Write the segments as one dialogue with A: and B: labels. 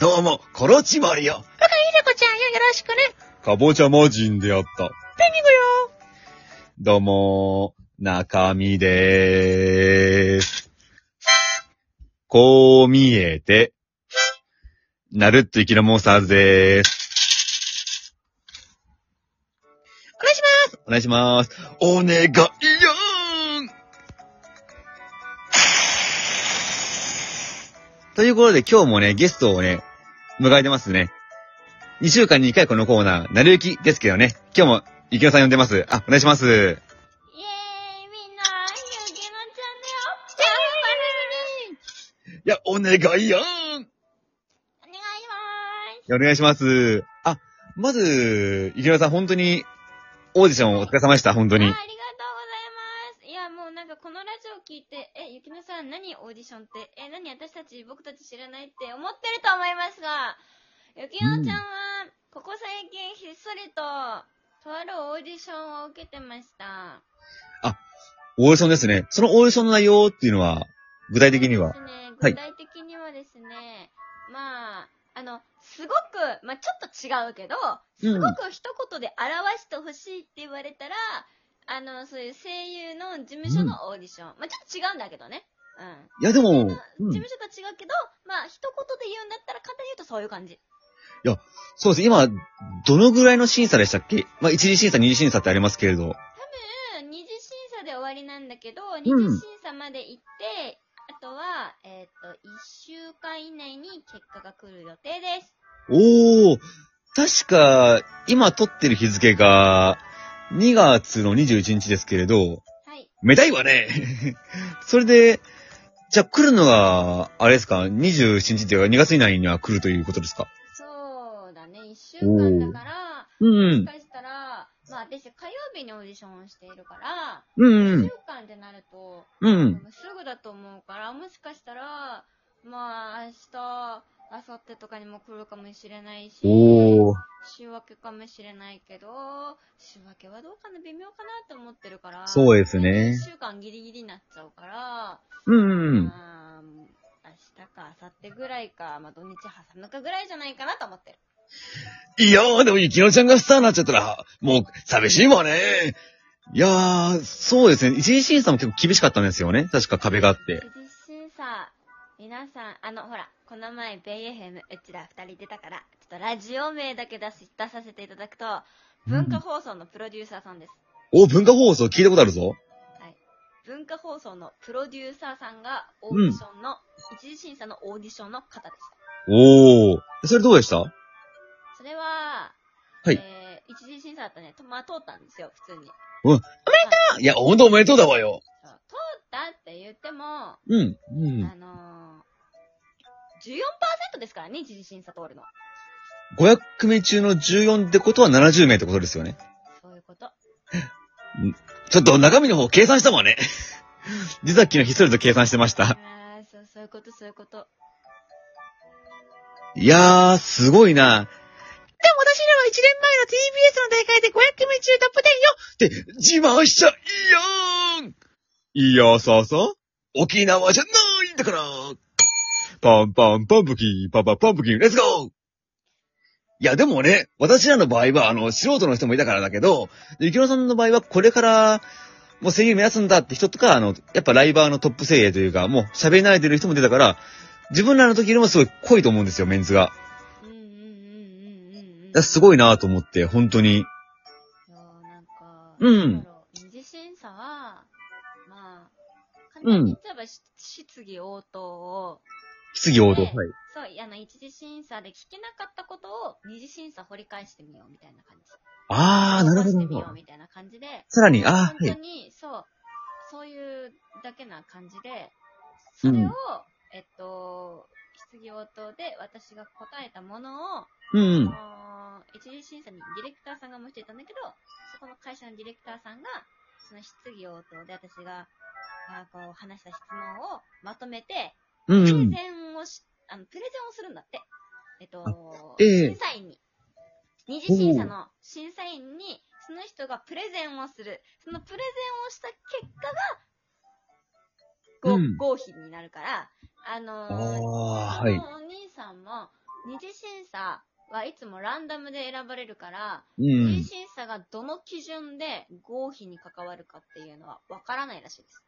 A: どうも、コロチマリよ。
B: だから、ひでこちゃんよ、よろしくね。
A: かぼちゃ魔人であった。
B: ペンギングよ。
A: どうも、中身でーす。こう見えて、なるっと生きのモンスターズでーす。
B: お願いします。
A: お願いします。お願いよーんということで今日もね、ゲストをね、迎えてますね。2週間に1回このコーナー、なるゆきですけどね、今日も、ゆきのさん呼んでます。あ、お願いします。
C: イェーイみんな、ゆきのチャンネルを
A: いや、お願いよ
C: お願いしま
A: お願いします。あ、まず、池田さん、本当に、オーディションお疲れ様でした、本当
C: す。
A: に
C: あ。ありがとうございます。いや、もうなんかこのラジオ聞いて、え、ゆきのさん何オーディションって、え、何私たち、僕たち知らないって思ってると思いますが、ゆきのちゃんは、ここ最近ひっそりと、とあるオーディションを受けてました。
A: オーディションですね。そのオーディションの内容っていうのは、具体的には
C: で。すね、
A: はい
C: 具体的にはですね、まあ、あの、すごく、まあちょっと違うけど、すごく一言で表してほしいって言われたら、あの、そういう声優の事務所のオーディション。まあちょっと違うんだけどね。う
A: い
C: ん。
A: や、でも、うん
C: 事務所と違うけど、まあ一言で言うんだったら簡単に言うとそういう感じ。
A: そうです。今、どのぐらいの審査でしたっけまあ、一次審査、二次審査ってありますけれど。
C: うん、二次審査で終わりなんだけど、二
A: うん
C: 次審査まで行って、あとは、えっ、と、一週間以内に結果が来る予定です。
A: おー、確か、今撮ってる日付が、2月の21日ですけれど、
C: はい。
A: めたいわね。 それで、じゃあ来るのが、あれですか、27日っていうか2月以内には来るということですか
C: そうだね、一週間だから、
A: うんう
C: もし
A: ん。
C: かしたら、まあ私火曜日にオーディションをしているから、
A: うんう
C: 一
A: ん。
C: 週間ってなると、
A: うん。
C: すぐだと思うから、もしかしたら、まあ明日、明後日とかにも来るかもしれないし、
A: おー。
C: 週明けかもしれないけど、週明けはどうかな、微妙かなって思ってるから、
A: そうですね
C: 一週間ギリギリになっちゃうから、
A: うんうん。
C: まあ明日か明後日ぐらいか、まあ土日挟むかぐらいじゃないかなと思ってる。
A: いやー、でも、ゆきのちゃんがスターになっちゃったら、もう、寂しいわね。いやー、そうですね。一次審査も結構厳しかったんですよね。確か壁があって。
C: 一次審査、皆さん、あの、ほら、この前、ベイ FM、うちら二人出たから、ちょっとラジオ名だけ出し、出させていただくと、文化放送のプロデューサーさんです。
A: お、文化放送聞いたことあるぞ。
C: 文化放送のプロデューサーさんが、オーディションの、一次審査のオーディションの方でした。
A: おー。それどうでした
C: それは、
A: はい
C: えー一次審査だったね、と、まあ、通ったんですよ、普通に。
A: いや、ほんとおめでとうだわよ。
C: そう通ったって言っても、
A: うん。うん。
C: あのー、14%ですからね、一次審査通るの。
A: 500組中の14ってことは70名ってことですよね。
C: そういうこと。
A: ちょっと中身の方計算したわね。 実は昨日ひっそりと計算してました。
C: あーそう、そういうこと、そういうこと。
A: いやー、すごいな。
B: でも私らは1年前の TBS の大会で500組中トップ10よ。
A: って、自慢しちゃいやーんいやささ、沖縄じゃないんだからパンパンパンプキン、パパパンプキン、レッツゴーいや、でもね、私らの場合は、あの、素人の人もいたからだけど、ゆきのさんの場合は、これから、もう声優目指すんだって人とか、あの、やっぱライバーのトップ声優というか、もう喋り慣れてる人も出たから、自分らの時よりもすごい濃いと思うんですよ、メンツが。
C: うんうんうんうんうんうん。
A: だからすごいなと思って、本当に。
C: いやなんか、
A: うん
C: なんだろう。二次審査は、まあ、簡単に言っちゃえば、し質疑応答を、
A: 質疑応答。
C: ね
A: はい。
C: そう、あの、一次審査で聞けなかったことを、二次審査掘り返してみようみたいな感じ。
A: あー、なるほど
C: 掘
A: な
C: り
A: るほ
C: 返してみよ
A: ど
C: う。みたいな感じで、
A: さらに、あ
C: 本
A: ー、は
C: 当
A: い。
C: に、そう、そういうだけな感じで、それを、
A: うん
C: えっと、質疑応答で私が答えたものを、
A: うん。
C: あのー一次審査にディレクターさんがもしていたんだけど、そこの会社のディレクターさんが、その質疑応答で私が、あーこう話した質問をまとめて、
A: う
C: プレ
A: ん。
C: ゼンをし、あの、プレゼンをするんだって。えっと、
A: ええ
C: 審査員に。二次審査の審査員に、その人がプレゼンをする。そのプレゼンをした結果が、ご
A: うん
C: 合否になるから、あの
A: あ
C: ー
A: あ、
C: あ
A: はい。
C: のお兄さんも、二次審査はいつもランダムで選ばれるから、
A: う
C: 二次
A: ん。
C: 審査がどの基準で合否に関わるかっていうのはわからないらしいです。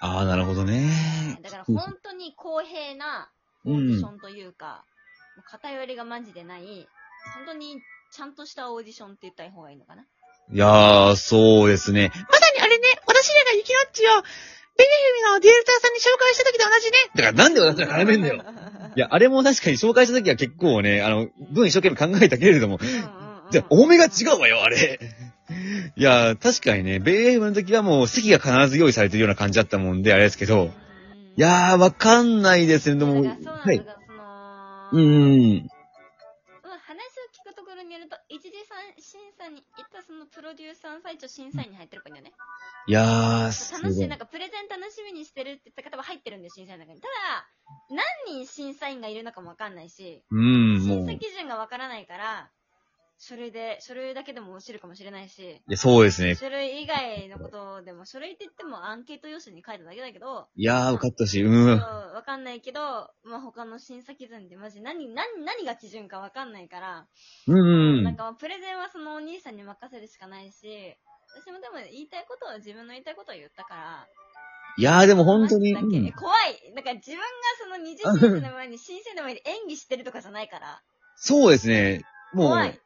A: ああ、なるほどね。
C: だから本当に公平なオーディションというか、もう偏りがマジでない、本当にちゃんとしたオーディションって言った方がいいのかな。
A: いやー、そうですね。
B: まさにあれね、私らが雪のっちを、ベネフィムのディレクターさんに紹介した時と同じね。
A: だからなんで私が絡めんだよ。いや、あれも確かに紹介した時は結構ね、あの、文一生懸命考えたけれども、
C: うんうんうん
A: じゃあ、多めが違うわよ、あれ。いや、確かにね、ベームの時はもう席が必ず用意されてるような感じだったもんで、あれですけど。いやー、わかんないですね、で
C: うんう
A: も。
C: ん、だからそうなん
A: は
C: だ
A: い。
C: から、その、
A: うーん。
C: うん、話を聞くところによると、一次さん審査に行ったそのプロデューサーさん一応審査員に入ってる子にはね。
A: いやー、す
C: 楽し
A: ご
C: い、
A: い
C: なん。かプレゼン楽しみにしてるって言った方は入ってるんで、審査員の中に。ただ、何人審査員がいるのかもわかんないし、
A: うん、も
C: 審
A: う。
C: 査
A: い
C: 基準がわからないから、書類で、書類だけでも落ちるかもしれないし、
A: や、そうですね。
C: 書類以外のことでも、書類って言ってもアンケート用紙に書いただけだけど、
A: いやー、受かったし、う。
C: そうんわかんないけど、まあ、他の審査基準でマジ何、何、何が基準かわかんないから、
A: うん。
C: なんかまあプレゼンはそのお兄さんに任せるしかないし、私もでも言いたいことは自分の言いたいことを言ったから、
A: いやー、でも本当に。
C: な
A: うん
C: だっけ
A: ん
C: 怖い。なんか自分がその二次審査の前に、新鮮の前に演技してるとかじゃないから、
A: そうですね。も
C: 怖
A: う
C: い、。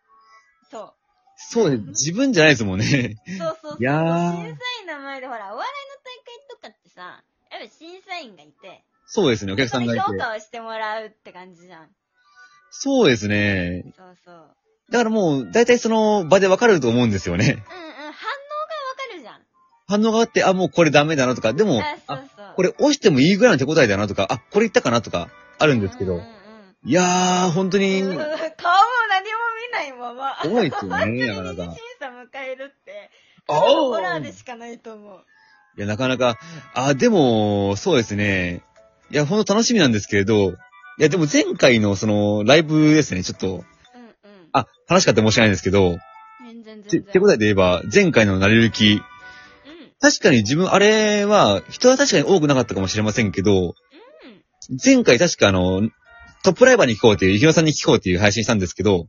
C: そう。
A: そう です。自分じゃないですもんね。
C: そうそうそう。
A: いやー
C: 審査員の前でほら、お笑いの大会とかってさ、やっぱ審査員がいて、
A: そうですね、お客
C: そ
A: さん
C: の
A: がいて
C: 評。価をしてもらうって感じじゃん。
A: そうですね。
C: そうそう。
A: だからもう、だいたいその場でわかると思うんですよね。
C: うんうん、反応がわかるじゃん。
A: 反応があって、あ、もうこれダメだなとか、でも、
C: あ、そ
A: あ、
C: うそう。
A: これ押してもいいぐらいの手応えだなとか、あ、これいったかなとか、あるんですけ
C: うん
A: ど
C: うん。うん
A: いやー、本当に、
C: うん顔も
A: 怖
C: 何も見ないまま。
A: い ですよね、なかな
C: 審
A: か。
C: 査迎えるって、
A: あ
C: ホ
A: お
C: ラーで
A: い
C: しかないと思う。
A: や、なかなか、あ、でも、そうですね。いや、ほんと楽しみなんですけれど、いや、でも前回のその、ライブですね、ちょっと、
C: うんうん。
A: あ、楽しかったら申し訳ないんですけど、
C: 全然
A: て、
C: 全然。
A: 手応えで言えば、前回のなりゆき、
C: うん。
A: 確かに自分、あれは、人は確かに多くなかったかもしれませんけど、
C: うん
A: 前回確かあの、トップライバーに聞こうっていう、ゆきのさんに聞こうっていう配信したんですけど、
C: う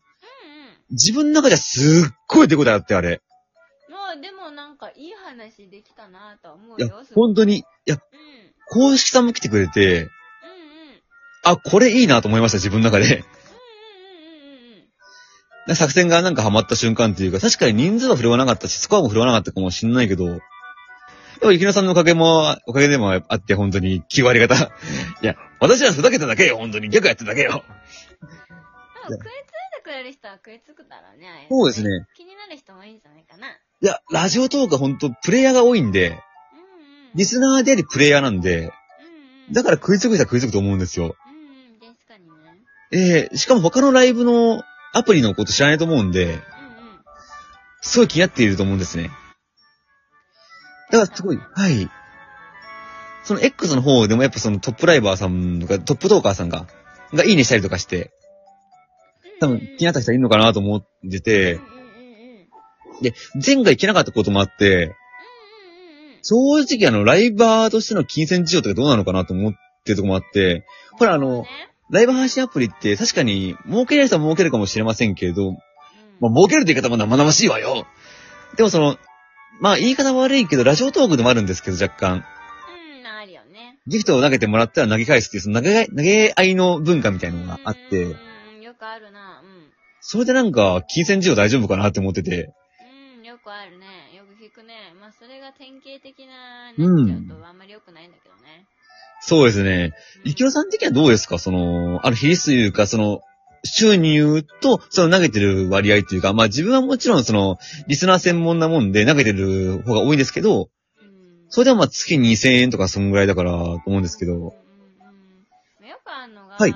A: 自分の中じゃすっごい手応えあって、あれ。
C: んうん。もう、でもなんか、いい話できたなぁとは思う
A: いや
C: よ。す、ごい
A: 本当に、いや、
C: うん。う
A: 公式さんも来てくれて、
C: んうん。
A: あ、これいいなと思いました、自分の中で。
C: うんうんうんうんうん。
A: 作戦がなんかハマった瞬間っていうか、確かに人数は振るわなかったし、スコアも振るわなかったかもしんないけど、でも、ゆきのさんのおかげも、おかげでもあって、本当に、気割り方。いや、私らふざけただけよ、本当に。逆やっただけよ。
C: でも食いついてくれる人は食いつくだろうね、ああいの
A: そうですね。
C: 気になる人もいいんじゃないかな。
A: いや、ラジオトークは本当プレイヤーが多いんで、
C: うんうん。
A: リスナーでありプレイヤーなんで、
C: うんうん。
A: だから食いつく人は食いつくと思うんですよ。
C: うんうん、確かにね。
A: ええしかも他のライブのアプリのこと知らないと思うんで、
C: うんうん。
A: すごい気になっていると思うんですね。だからすごい、はい。その X の方でもやっぱそのトップライバーさんとか、トップトーカーさんが、がいいねしたりとかして、多分気になった人はいるのかなと思って
C: うん
A: て
C: う、んうんうん。
A: 前回行けなかったこともあって、
C: うんうんうん。
A: 正直あの、ライバーとしての金銭事情とかどうなのかなと思ってるとこもあって、ほらあの
C: そうね
A: ライブ配信アプリって確かに儲ける人は儲けるかもしれませんけれど、
C: うん
A: まあ、儲けるって言い方も生々しいわよ。でもその、まあ言い方悪いけど、ラジオトークでもあるんですけど、若干。
C: うん、あるよね。
A: ギフトを投げてもらったら投げ返すっていう、その投げ、投げ合いの文化みたいなのがあっ
C: うん
A: て、
C: うんうん、よくあるな。う
A: それでなんか、金銭事情大丈夫かなって思ってて、
C: ん。うん、よくあるね。よく聞くね。まあ、それが典型的な、なっ
A: うん
C: ちゃうとあんまり良くないんだけどね。
A: そうですね。
C: う
A: ゆきのさん的にはどうですかその、あの、比率というか、その、収入と、その投げてる割合というか、まあ自分はもちろんその、リスナー専門なもんで投げてる方が多いんですけど、
C: うん
A: それでもまあ月2000円とかそんぐらいだから、と思うんですけ
C: うんうん
A: ど。
C: うんよくあるのが、
A: はい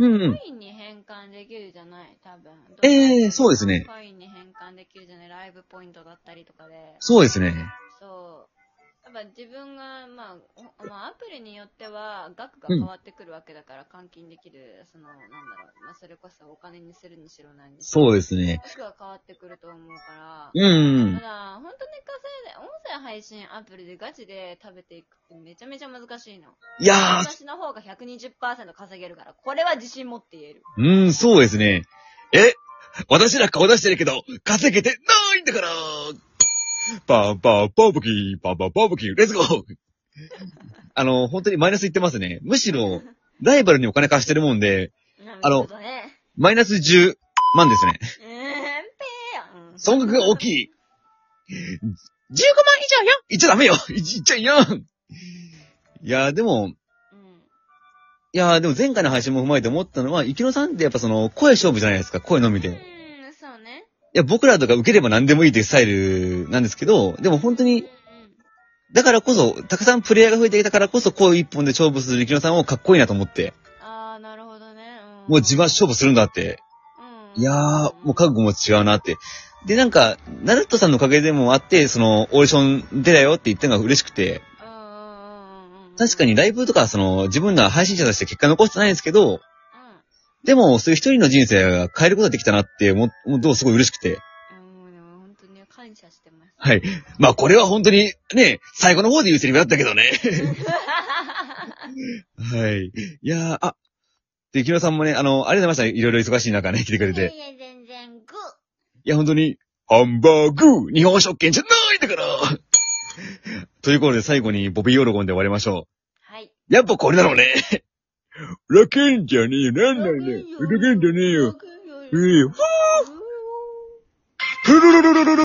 A: うんうん。
C: コインに変換できるじゃない多分。
A: ええそうですね
C: コインに変換できるじゃないライブポイントだったりとかで。
A: そうですね。
C: そう。やっぱ自分が、まあ、おまあ、アプリによっては額が変わってくるわけだから、換金できる、その、なんだろう、まあ、それこそお金にするにしろ何にしろ。
A: そうですね。
C: 額が変わってくると思うから、
A: うん。
C: ただ、本当に稼いで、音声配信アプリでガチで食べていくってめちゃめちゃ難しいの。
A: いやー、
C: 私の方が120%稼げるから、これは自信持って言える。
A: うん、そうですね。え私ら顔出してるけど、稼げてないんだからパンパンパンプキン、パンパンパンプキン、レッツゴー あの、本当にマイナス言ってますね。むしろ、ライバルにお金貸してるもんで、あの
C: なるほどね。
A: マイナス10万ですね。
C: うーん、ぺーやん。
A: 損額が大きい。
B: 15万以上よ
A: 言っちゃダメよ言っちゃいやんいやーでも、
C: うん。
A: いやーでも前回の配信も踏まえて思ったのは、生野さんってやっぱその、声勝負じゃないですか、声のみで。
C: うん、そうね。
A: いや、僕らとか受ければ何でもいいっていうスタイルなんですけど、でも本当
C: う
A: に
C: ん、うん
A: だからこそ、たくさんプレイヤーが増えてきたからこそ、こう一本で勝負する力野さんをかっこいいなと思って、
C: あー、なるほどね。ん
A: もう自慢勝負するんだって。
C: う
A: い
C: ん
A: やー、もう覚悟も違うなって。で、なんか、ナルトさんのおかげでもあって、その、オーディション出たよって言ったのが嬉しくて、
C: うんうんうんうんうん
A: 確かにライブとか、その、自分ら配信者として結果残してないんですけど、
C: う
A: でも、そういう一人の人生が変えることができたなって思う、もうどうすごい嬉しくて。
C: ん。もうでも本当に感謝してます。
A: はい。まあ、これは本当に、ね、最後の方で言うセリフだったけどね。はい。いやー、あ、で、木村さんもね、あの、ありがとうございました。いろいろ忙しい中ね、来てくれ
C: いや
A: て。
C: いや、全然、グ
A: いや、本当に、ハンバーグ日本食券じゃないんだから ということで、最後にボビーオロゴンで終わりましょ
C: はい。
A: う。やっぱこれだろうね。 ラケンじゃねえよ。なんなんだよ。ラケンじゃねえよ。ええふるるるるるる